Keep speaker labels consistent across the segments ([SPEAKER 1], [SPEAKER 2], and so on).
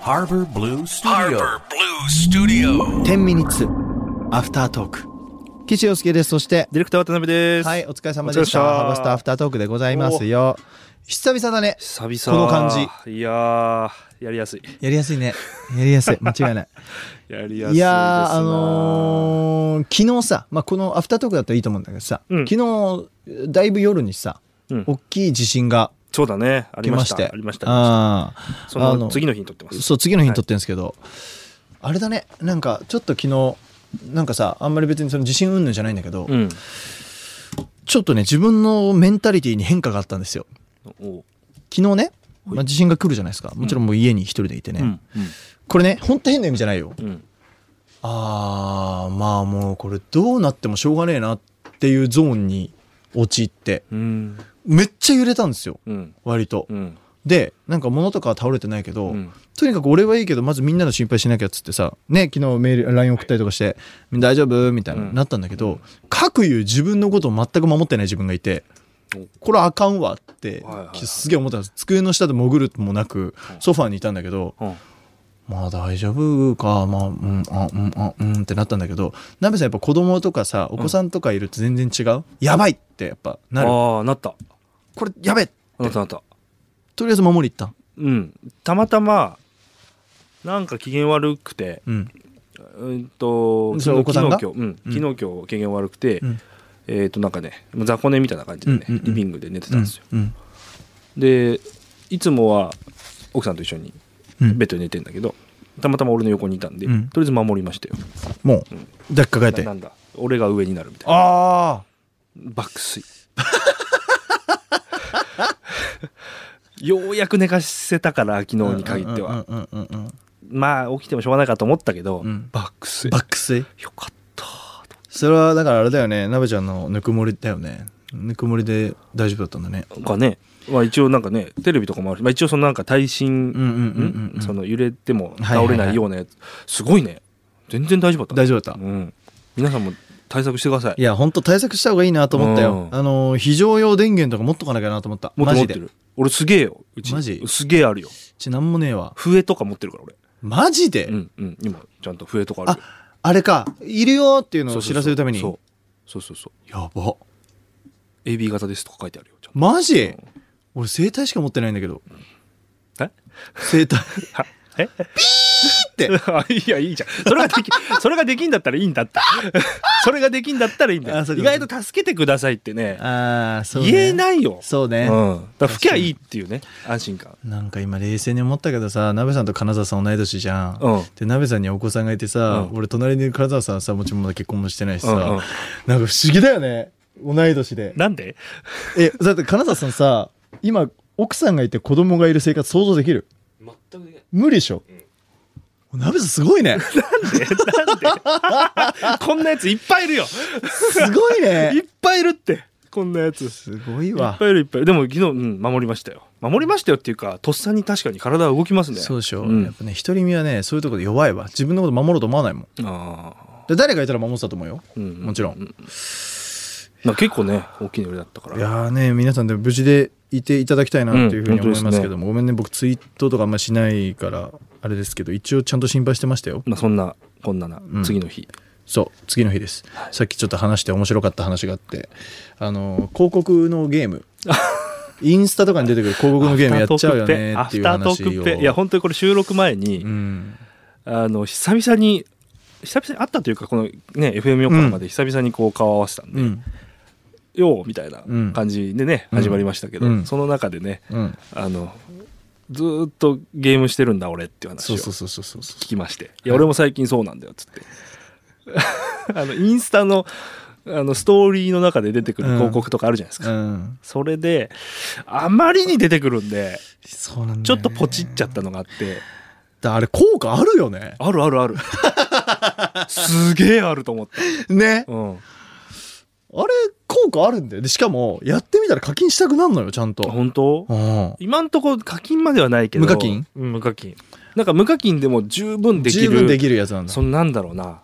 [SPEAKER 1] Harbor Blue
[SPEAKER 2] Harbor
[SPEAKER 1] Studio.
[SPEAKER 2] Blue Studio.
[SPEAKER 3] 10ミニッツアフタートーク岸洋介ですそして
[SPEAKER 4] ディレクター渡辺です。
[SPEAKER 3] はいお疲れ様でした
[SPEAKER 4] お疲れ様
[SPEAKER 3] ハバスタアフタートークでございますよ久々だね
[SPEAKER 4] 久
[SPEAKER 3] こ
[SPEAKER 4] 々。
[SPEAKER 3] の感
[SPEAKER 4] じ。いやー、やりやすい。
[SPEAKER 3] やりやすいねやりやすい間違い ない
[SPEAKER 4] やり
[SPEAKER 3] いや
[SPEAKER 4] やすいですな。
[SPEAKER 3] ーあのー昨日さ、まあ、このアフタートークだったらいいと思うんだけどさ、
[SPEAKER 4] うん
[SPEAKER 3] 昨日だいぶ夜にさ、
[SPEAKER 4] うん
[SPEAKER 3] 大きい地震が
[SPEAKER 4] そうだね。あ
[SPEAKER 3] 来
[SPEAKER 4] りま
[SPEAKER 3] ま
[SPEAKER 4] し。
[SPEAKER 3] したて
[SPEAKER 4] ありました。
[SPEAKER 3] あー
[SPEAKER 4] そ
[SPEAKER 3] あ
[SPEAKER 4] の
[SPEAKER 3] の
[SPEAKER 4] 次の日に撮ってます。
[SPEAKER 3] そう次の日に撮ってるんですけど、あれだねなんかちょっと昨日なんかさあんまり別にその地震云々じゃないんだけど、
[SPEAKER 4] うん。
[SPEAKER 3] ちょっとね自分のメンタリティーに変化があったんですよ
[SPEAKER 4] おう
[SPEAKER 3] 昨日ね、まあ、地震が来るじゃないですかもちろんもう家に一人でいてね、
[SPEAKER 4] うん。
[SPEAKER 3] これねほんと変な意味じゃないよ
[SPEAKER 4] うん。うん
[SPEAKER 3] あーまあもうこれどうなってもしょうがねえなっていうゾーンに陥って
[SPEAKER 4] うん。
[SPEAKER 3] めっちゃ揺れたんですよ
[SPEAKER 4] うん。
[SPEAKER 3] 割と、
[SPEAKER 4] うん。
[SPEAKER 3] でなんか物とかは倒れてないけど、
[SPEAKER 4] うん
[SPEAKER 3] とにかく俺はいいけどまずみんなの心配しなきゃっつってさね昨日メール LINE 送ったりとかして「みんな大丈夫?」みたいな、
[SPEAKER 4] うん
[SPEAKER 3] なったんだけどかくいう自分のことを全く守ってない自分がいて
[SPEAKER 4] お
[SPEAKER 3] これあかんわって、
[SPEAKER 4] はいはいはい
[SPEAKER 3] すげえ思ったんです机の下で潜るもなくソファーにいたんだけど、
[SPEAKER 4] うん
[SPEAKER 3] まあ大丈夫かまあうんあうんあうんってなったんだけどナベさんやっぱ子供とかさお子さんとかいると全然違う、やばいってやっぱなる
[SPEAKER 4] ああ、なった。
[SPEAKER 3] これやべえ
[SPEAKER 4] なったなった。
[SPEAKER 3] とりあえず守り行った
[SPEAKER 4] うん。たまたま、なんか機嫌悪くて、
[SPEAKER 3] うん
[SPEAKER 4] うんと、
[SPEAKER 3] それ
[SPEAKER 4] 昨
[SPEAKER 3] お子
[SPEAKER 4] 日
[SPEAKER 3] さん
[SPEAKER 4] 今
[SPEAKER 3] が
[SPEAKER 4] 日、うん。
[SPEAKER 3] うん
[SPEAKER 4] 昨日今日機嫌悪くて
[SPEAKER 3] うん、
[SPEAKER 4] えっと、なんかね、雑魚寝みたいな感じでね
[SPEAKER 3] うんうん、うん
[SPEAKER 4] リビングで寝てたんですよ。
[SPEAKER 3] うん
[SPEAKER 4] でいつもは奥さんと一緒に
[SPEAKER 3] うん
[SPEAKER 4] ベッドで寝てんだけど、たまたま俺の横にいたんで、
[SPEAKER 3] うん
[SPEAKER 4] とりあえず守りましたよ
[SPEAKER 3] もう
[SPEAKER 4] うん
[SPEAKER 3] 抱きかかえ
[SPEAKER 4] な
[SPEAKER 3] て
[SPEAKER 4] なんだ俺が上になるみたいな
[SPEAKER 3] あ
[SPEAKER 4] 爆 睡ようやく寝かせたから昨日
[SPEAKER 3] あ
[SPEAKER 4] に限っては、
[SPEAKER 3] うんうんうんうん
[SPEAKER 4] まあ起きてもしょうがないかと思ったけど、
[SPEAKER 3] うん
[SPEAKER 4] 爆睡
[SPEAKER 3] 爆睡
[SPEAKER 4] よかった
[SPEAKER 3] それはだからあれだよねなべちゃんのぬくもりだよねぬくもりで大丈夫だったんだね
[SPEAKER 4] なんかね、まあ、一応なんかねテレビとかもあるし、まあ、一応そのなんか耐震、
[SPEAKER 3] うんうんうんうん
[SPEAKER 4] んその揺れても倒れないようなやつ、すごいね全然大丈夫だったね
[SPEAKER 3] 大丈夫だった
[SPEAKER 4] うん、皆さんも対策してください
[SPEAKER 3] いや本当対策した方がいいなと思ったよ、
[SPEAKER 4] うん
[SPEAKER 3] あの非常用電源とか持っとかなきゃなと思った
[SPEAKER 4] もっ
[SPEAKER 3] マ
[SPEAKER 4] と
[SPEAKER 3] ジ
[SPEAKER 4] 持っ
[SPEAKER 3] で
[SPEAKER 4] て
[SPEAKER 3] う
[SPEAKER 4] る俺すげえようち
[SPEAKER 3] マジ
[SPEAKER 4] すげえあるよ
[SPEAKER 3] ちなんもねえわ
[SPEAKER 4] 笛とか持ってるから俺
[SPEAKER 3] マジで、
[SPEAKER 4] うんうん今ちゃんと笛とかあるよ
[SPEAKER 3] あれかいるよっていうの
[SPEAKER 4] そう
[SPEAKER 3] を
[SPEAKER 4] そうそ
[SPEAKER 3] 知ら
[SPEAKER 4] う
[SPEAKER 3] せるために
[SPEAKER 4] そうそうそうそう
[SPEAKER 3] やば
[SPEAKER 4] AB 型ですとか書いてあるよちゃんと
[SPEAKER 3] マジ、俺声帯しか持ってないんだけど
[SPEAKER 4] え
[SPEAKER 3] 声帯
[SPEAKER 4] はえ
[SPEAKER 3] て
[SPEAKER 4] あいやいいじゃんそれが できそれができんだったらいいんだってそれができんだったらいいんだ
[SPEAKER 3] あ
[SPEAKER 4] よ
[SPEAKER 3] そう
[SPEAKER 4] 意
[SPEAKER 3] か
[SPEAKER 4] 外と助けてくださいってね
[SPEAKER 3] ああそう、ね、
[SPEAKER 4] 言えないよ
[SPEAKER 3] そう
[SPEAKER 4] う
[SPEAKER 3] ね、
[SPEAKER 4] んだから吹きゃいいっていうね安心感
[SPEAKER 3] なんか今冷静に思ったけどさ鍋さんと金沢さん同い年じゃん、
[SPEAKER 4] うん
[SPEAKER 3] で鍋さんにはお子さんがいてさ、
[SPEAKER 4] うん
[SPEAKER 3] 俺隣にいる金沢さんはさもちろんまだ結婚もしてないしさ、
[SPEAKER 4] うんうん
[SPEAKER 3] なんか不思議だよね同い年で
[SPEAKER 4] なんで
[SPEAKER 3] えだって金沢さんさ今奥さんがいて子供がいる生活想像できる全く無理でしょ、鍋さんすごい ね
[SPEAKER 4] こんなやついっぱいいるよ
[SPEAKER 3] すごい
[SPEAKER 4] いっ
[SPEAKER 3] ね
[SPEAKER 4] ぱいいるってこんなやつ
[SPEAKER 3] すごい
[SPEAKER 4] いっ
[SPEAKER 3] わ
[SPEAKER 4] ぱいいるいっぱいいるでも昨日、うん、守りましたよ守りましたよっていうかとっさに確かに体は動きますね
[SPEAKER 3] そうでしょ、
[SPEAKER 4] うん
[SPEAKER 3] やっぱね独り身はねそういうところで弱いわ自分のこと守ろうと思わないもん
[SPEAKER 4] あ
[SPEAKER 3] で誰がいたら守ってたと思うよ、
[SPEAKER 4] ーうん
[SPEAKER 3] もちろん
[SPEAKER 4] うなんか結構ね大きな揺れだったから
[SPEAKER 3] いやーね皆さんでも無事でいていただきたいなというふう
[SPEAKER 4] うん
[SPEAKER 3] に
[SPEAKER 4] 本
[SPEAKER 3] 思
[SPEAKER 4] 当で
[SPEAKER 3] い
[SPEAKER 4] すね
[SPEAKER 3] ますけども、ごめんね僕ツイートとかあんましないからあれですけど一応ちゃんと心配してましたよ
[SPEAKER 4] まあ、そんなこんなな、
[SPEAKER 3] ん
[SPEAKER 4] 次の日
[SPEAKER 3] そう次の日です、さっきちょっと話して面白かった話があってあの広告のゲー ムインスタとかに出てくる広告のゲームやっちゃうよねっていう
[SPEAKER 4] アフタートー
[SPEAKER 3] 話
[SPEAKER 4] ク
[SPEAKER 3] を
[SPEAKER 4] っぺいや本当にこれ収録前に、
[SPEAKER 3] うん
[SPEAKER 4] あの久々に久々に会ったというかこのね FM 横浜で久々にこう顔を合わせたんで、
[SPEAKER 3] うん
[SPEAKER 4] ようみたいな
[SPEAKER 3] うん
[SPEAKER 4] 感じでね、
[SPEAKER 3] うん
[SPEAKER 4] 始まりましたけど、
[SPEAKER 3] うん
[SPEAKER 4] その中でね
[SPEAKER 3] うん
[SPEAKER 4] あのずーっとゲームしてるんだ俺っていう話
[SPEAKER 3] そ
[SPEAKER 4] を
[SPEAKER 3] うそうそうそうそうそ
[SPEAKER 4] 聞きまして「いや俺も最近そうなんだよ」っつってあのインスタのあのストーリーの中で出てくる広告とかあるじゃないですか、
[SPEAKER 3] ううん
[SPEAKER 4] それであまりに出てくるんで
[SPEAKER 3] そうなんだよね
[SPEAKER 4] ちょっとポチっちゃったのがあって
[SPEAKER 3] だあれ効果あるよね
[SPEAKER 4] あるある あるすげえあると思って、
[SPEAKER 3] ね
[SPEAKER 4] うん、
[SPEAKER 3] あれ効果あるんだよでしかもやってみたら課金したくなるのよちゃんと
[SPEAKER 4] 本当
[SPEAKER 3] うん
[SPEAKER 4] 今んとこ課金まではないけど
[SPEAKER 3] 無課金
[SPEAKER 4] うん無課金なんか無課金でも十分できる
[SPEAKER 3] 十分できるやつなんだ
[SPEAKER 4] そのなんだろうな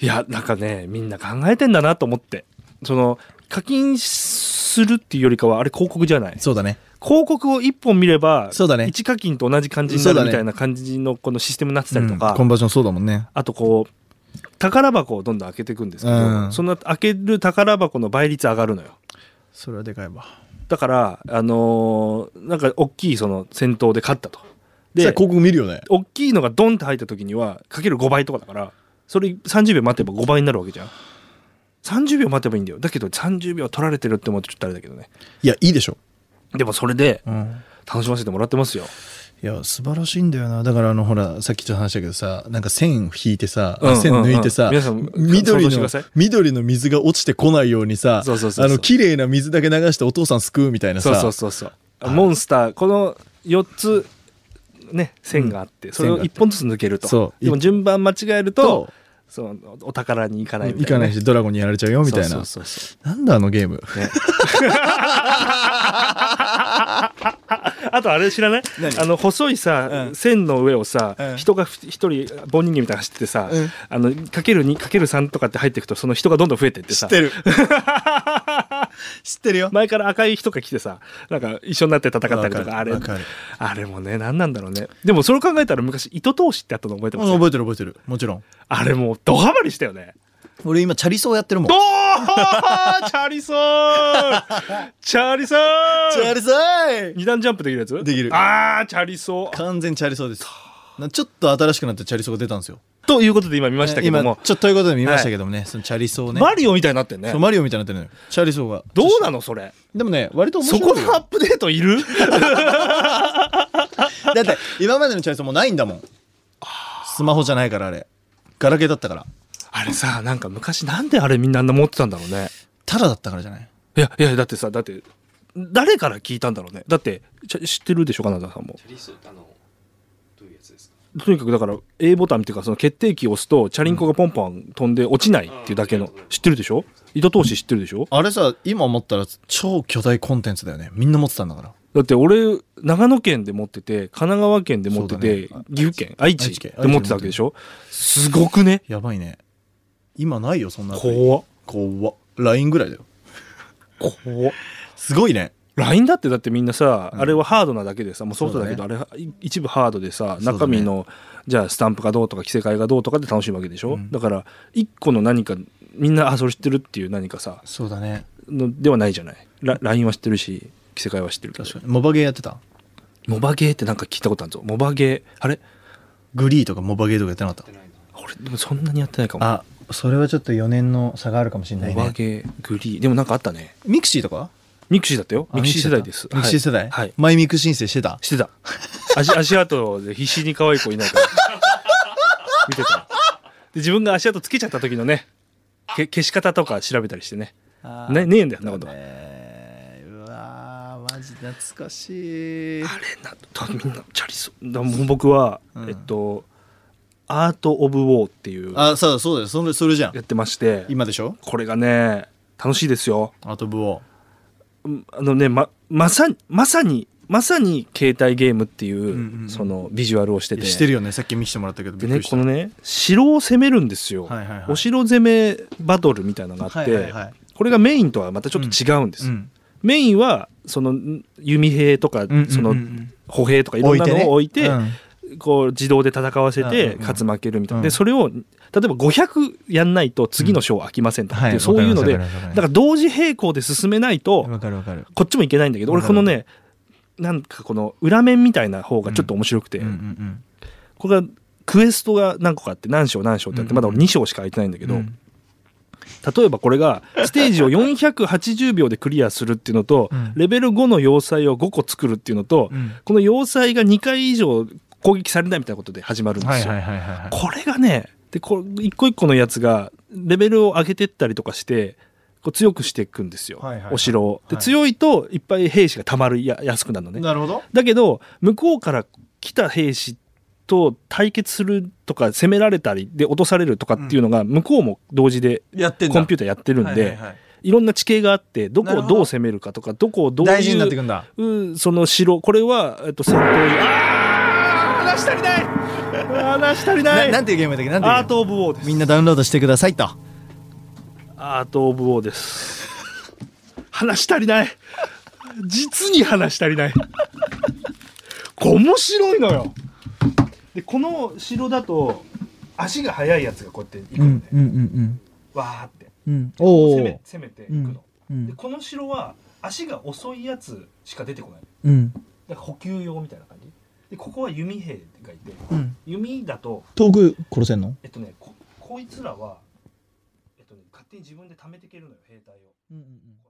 [SPEAKER 4] いやなんかねみんな考えてんだなと思ってその課金するっていうよりかはあれ広告じゃない
[SPEAKER 3] そうだね
[SPEAKER 4] 広告を1本見れば
[SPEAKER 3] そうだね
[SPEAKER 4] 1課金と同じ感じになるみたいな感じのこのシステムになってたりと
[SPEAKER 3] う
[SPEAKER 4] か
[SPEAKER 3] ん、コンバージョンそうだもんね
[SPEAKER 4] あとこう宝箱をどんどん開けていくんですけど、
[SPEAKER 3] うん
[SPEAKER 4] その開ける宝箱の倍率上がるのよ
[SPEAKER 3] それはでかいわ
[SPEAKER 4] だからあのーなんか大きいその戦闘で勝ったと
[SPEAKER 3] で
[SPEAKER 4] で
[SPEAKER 3] 広告見るよね
[SPEAKER 4] 大きいのがドンって入った時にはかける5倍とかだからそれ30秒待てば5倍になるわけじゃん30秒待てばいいんだよだけど30秒取られてるって思うとちょっとあれだけどね
[SPEAKER 3] いやいいでしょ、
[SPEAKER 4] でもそれで
[SPEAKER 3] うん、
[SPEAKER 4] 楽しませてもらってますよ
[SPEAKER 3] いや素晴らしいんだよなだからあのほらさっきちょっと話したけどさなんか線を引いてさ、
[SPEAKER 4] うんうんうん
[SPEAKER 3] 線抜いてさ
[SPEAKER 4] 皆さん
[SPEAKER 3] 緑
[SPEAKER 4] 想像してくだ
[SPEAKER 3] の
[SPEAKER 4] さい
[SPEAKER 3] 緑の水が落ちてこないようにさ
[SPEAKER 4] そうそうそうそう
[SPEAKER 3] あの綺麗な水だけ流してお父さん救うみたいな
[SPEAKER 4] そ
[SPEAKER 3] さ
[SPEAKER 4] うそうそうそうモンスターこの4つね線があって、それを1本ずつ抜けると
[SPEAKER 3] そう
[SPEAKER 4] でも順番間違えると
[SPEAKER 3] と
[SPEAKER 4] そのお宝に行かない
[SPEAKER 3] 行
[SPEAKER 4] みた
[SPEAKER 3] か
[SPEAKER 4] いな、
[SPEAKER 3] ないしドラゴンにやられちゃうよみたいな
[SPEAKER 4] そうそうそうそ
[SPEAKER 3] なんだあのゲーム
[SPEAKER 4] う、ね、 あとあれ知らないあの細いさ、
[SPEAKER 3] うん
[SPEAKER 4] 線の上をさ、
[SPEAKER 3] うん
[SPEAKER 4] 人が一人棒人間みたいなの走っててさ、
[SPEAKER 3] うん
[SPEAKER 4] あのかける2かける3とかって入っていくとその人がどんどん増えてってさ
[SPEAKER 3] る知ってるよ
[SPEAKER 4] 前から赤い人が来てさなんか一緒になって戦ったりと
[SPEAKER 3] わ
[SPEAKER 4] か
[SPEAKER 3] かる
[SPEAKER 4] あれ
[SPEAKER 3] わかる
[SPEAKER 4] あれもね何なんだろうねでもそれを考えたら昔糸通しってあったの覚えてます、
[SPEAKER 3] 覚えてる覚えてるもちろん
[SPEAKER 4] あれもうドハマりしたよね
[SPEAKER 3] 俺今チャリソーやってるもん
[SPEAKER 4] ドーチャ リソーチャリソー
[SPEAKER 3] チャリソー
[SPEAKER 4] 二段ジャンプできるやつ
[SPEAKER 3] できる
[SPEAKER 4] あーチャリソー
[SPEAKER 3] 完全チャリソーですなちょっと新しくなってチャリソーが出たんですよ
[SPEAKER 4] ということで今見ましたけど
[SPEAKER 3] 今
[SPEAKER 4] も、
[SPEAKER 3] ちょっとということで見ましたけどもね、そのチャリソーね
[SPEAKER 4] マリオみたいになってんね
[SPEAKER 3] そうマリオみたいになってるのよチャリソーが
[SPEAKER 4] どうなのそれ
[SPEAKER 3] でもね割と面白
[SPEAKER 4] そ
[SPEAKER 3] い
[SPEAKER 4] こ
[SPEAKER 3] よ
[SPEAKER 4] のアップデートいる
[SPEAKER 3] だって今までのチャリソーもうないんだもんスマホじゃないからあれガラケーだったから
[SPEAKER 4] あれさなんか昔なんであれみんなあんな持ってたんだろうね
[SPEAKER 3] タラだったからじゃない
[SPEAKER 4] いやいやだってさだって誰から聞いたんだろうねだってちゃ知ってるでしょ金田さんも
[SPEAKER 1] リスあのどういうやつですか
[SPEAKER 4] とにかくだから A ボタンっていうかその決定キーを押すとチャリンコがポンポン飛んで落ちないっていうだけの知ってるでしょ糸通し知ってるでしょ
[SPEAKER 3] あれさ今思ったら超巨大コンテンツだよねみんな持ってたんだから
[SPEAKER 4] だって俺長野県で持ってて神奈川県で持ってて、
[SPEAKER 3] そうだね
[SPEAKER 4] 岐阜県愛知
[SPEAKER 3] 愛知県
[SPEAKER 4] で持ってたわけでしょすごくね
[SPEAKER 3] やばいね今ないよそんなアプリ
[SPEAKER 4] 怖っ
[SPEAKER 3] 怖っ LINE ぐらいだよ
[SPEAKER 4] 怖っ
[SPEAKER 3] すごいね
[SPEAKER 4] LINE だってだってみんなさ、あれはハードなだけでさもうソフトだけど、あれ一部ハードでさ
[SPEAKER 3] そうだね
[SPEAKER 4] 中身の、じゃあスタンプがどうとか着せ替えがどうとかで楽しむわけでしょ、だから一個の何かみんなあそれ知ってるっていう何かさ
[SPEAKER 3] そうだね
[SPEAKER 4] のではないじゃないラ LINE は知ってるし着せ替えは知ってるけど
[SPEAKER 3] 確かにモバゲーやってた
[SPEAKER 4] モバゲーってなんか聞いたことあるぞモバゲーあれ
[SPEAKER 3] グリーとかモバゲーとかやってなかった
[SPEAKER 4] 俺でもそんなにやってないかも
[SPEAKER 3] あそれはちょっと4年の差があるかもしれない
[SPEAKER 4] モバ
[SPEAKER 3] ね
[SPEAKER 4] ゲーグリーでもなんかあったね
[SPEAKER 3] ミクシーとか
[SPEAKER 4] ミクシーだったよ
[SPEAKER 3] あ
[SPEAKER 4] ミクシー世代です
[SPEAKER 3] ミクシー世代、
[SPEAKER 4] はい、はい
[SPEAKER 3] マイミク申請してた
[SPEAKER 4] してた足足跡で必死に可愛い子いない から見てたで自分が足跡つけちゃった時のねけ消し方とか調べたりしてねねねえんだよそんなことは
[SPEAKER 3] ねうわーマジ懐かしい
[SPEAKER 4] あれなだみんなチャリソだもう僕は、
[SPEAKER 3] うん
[SPEAKER 4] えっとアート・オブ・ウォーっていうや
[SPEAKER 3] あそうだそうだよそれそれじゃん
[SPEAKER 4] ってまして
[SPEAKER 3] 今でしょ
[SPEAKER 4] これがね楽しいですよ
[SPEAKER 3] アートブオ
[SPEAKER 4] うんあのねままさにまさにまさに携帯ゲームっていう,、
[SPEAKER 3] んうんうん
[SPEAKER 4] そのビジュアルをしてて
[SPEAKER 3] してるよねさっき見せてもらったけどびっく
[SPEAKER 4] でね
[SPEAKER 3] りした
[SPEAKER 4] このね城を攻めるんですよ、
[SPEAKER 3] はいはいはい
[SPEAKER 4] お城攻めバトルみたいなのがあって、
[SPEAKER 3] はいはいはい
[SPEAKER 4] これがメインとはまたちょっと違うんです、
[SPEAKER 3] うん
[SPEAKER 4] メインはそのん弓兵とか、
[SPEAKER 3] んうんうん
[SPEAKER 4] その歩兵とかいろんなのを置いて
[SPEAKER 3] うん
[SPEAKER 4] こう自動で戦わせ
[SPEAKER 3] うんうん
[SPEAKER 4] て
[SPEAKER 3] うん
[SPEAKER 4] 勝つ負けるみたいな、
[SPEAKER 3] うん
[SPEAKER 4] でそれを例えば500やんないと次の章は開きませんとかっていう、
[SPEAKER 3] はい
[SPEAKER 4] そういうので
[SPEAKER 3] わかり
[SPEAKER 4] だ
[SPEAKER 3] ますわかります
[SPEAKER 4] から同時並行で進めないと、
[SPEAKER 3] わかるわかる
[SPEAKER 4] こっちもいけないんだけど俺
[SPEAKER 3] わ
[SPEAKER 4] こ
[SPEAKER 3] かる
[SPEAKER 4] のねなんかこの裏面みたいな方がちょっと面白くて、
[SPEAKER 3] うんうんうん
[SPEAKER 4] これがクエストが何個かあって何章何章ってあってまだ俺2章しか空いてないんだけど、
[SPEAKER 3] うん
[SPEAKER 4] 例えばこれがステージを480秒でクリアするっていうのと、
[SPEAKER 3] うん
[SPEAKER 4] レベル5の要塞を5個作るっていうのと、
[SPEAKER 3] うん
[SPEAKER 4] この要塞が2回以上攻撃されないみたいなことで始まるんですよ。
[SPEAKER 3] はいはいはいはいはい
[SPEAKER 4] これがねでこれ一個一個のやつがレベルを上げてったりとかしてこう強くしていくんですよ、
[SPEAKER 3] はいはいはい
[SPEAKER 4] お城を。で
[SPEAKER 3] はい
[SPEAKER 4] 強いといっぱい兵士がたまるや安くなるのね。
[SPEAKER 3] なるほど
[SPEAKER 4] だけど向こうから来た兵士と対決するとか攻められたりで落とされるとかっていうのが向こうも同時で
[SPEAKER 3] やって
[SPEAKER 4] コンピューターやってるんでいろんな地形があってどこをどう攻めるかとかどこをどう
[SPEAKER 3] 大事になって
[SPEAKER 4] い
[SPEAKER 3] くんだ
[SPEAKER 4] ううんその城これはえっと戦闘あー話足りない話足りな
[SPEAKER 3] ないなんていうゲームだっけなんていうゲー
[SPEAKER 4] アー
[SPEAKER 3] ム
[SPEAKER 4] ト・オブ・ウォーです
[SPEAKER 3] みんなダウンロードしてくださいと
[SPEAKER 4] アート・オブ・ウォーです話足りない実に話足りない。これ面白いのよ。で、この城だと、足が速いやつがこうやって行く
[SPEAKER 3] う
[SPEAKER 4] の
[SPEAKER 3] ん
[SPEAKER 4] ね。
[SPEAKER 3] うんうん
[SPEAKER 4] わーって。
[SPEAKER 3] うんうんお
[SPEAKER 4] 攻め
[SPEAKER 3] お
[SPEAKER 4] 攻めていく
[SPEAKER 3] う
[SPEAKER 4] の。
[SPEAKER 3] んうん
[SPEAKER 4] で、この城は、足が遅いやつしか出てこない。
[SPEAKER 3] うん
[SPEAKER 4] だから補給用みたいな感じ。で、ここは弓兵がいて、
[SPEAKER 3] うん
[SPEAKER 4] 弓だと、
[SPEAKER 3] 遠く殺せんの
[SPEAKER 4] えっとね、ここいつらは、えっとね、勝手に自分で貯めていけるのよ、兵隊を。こ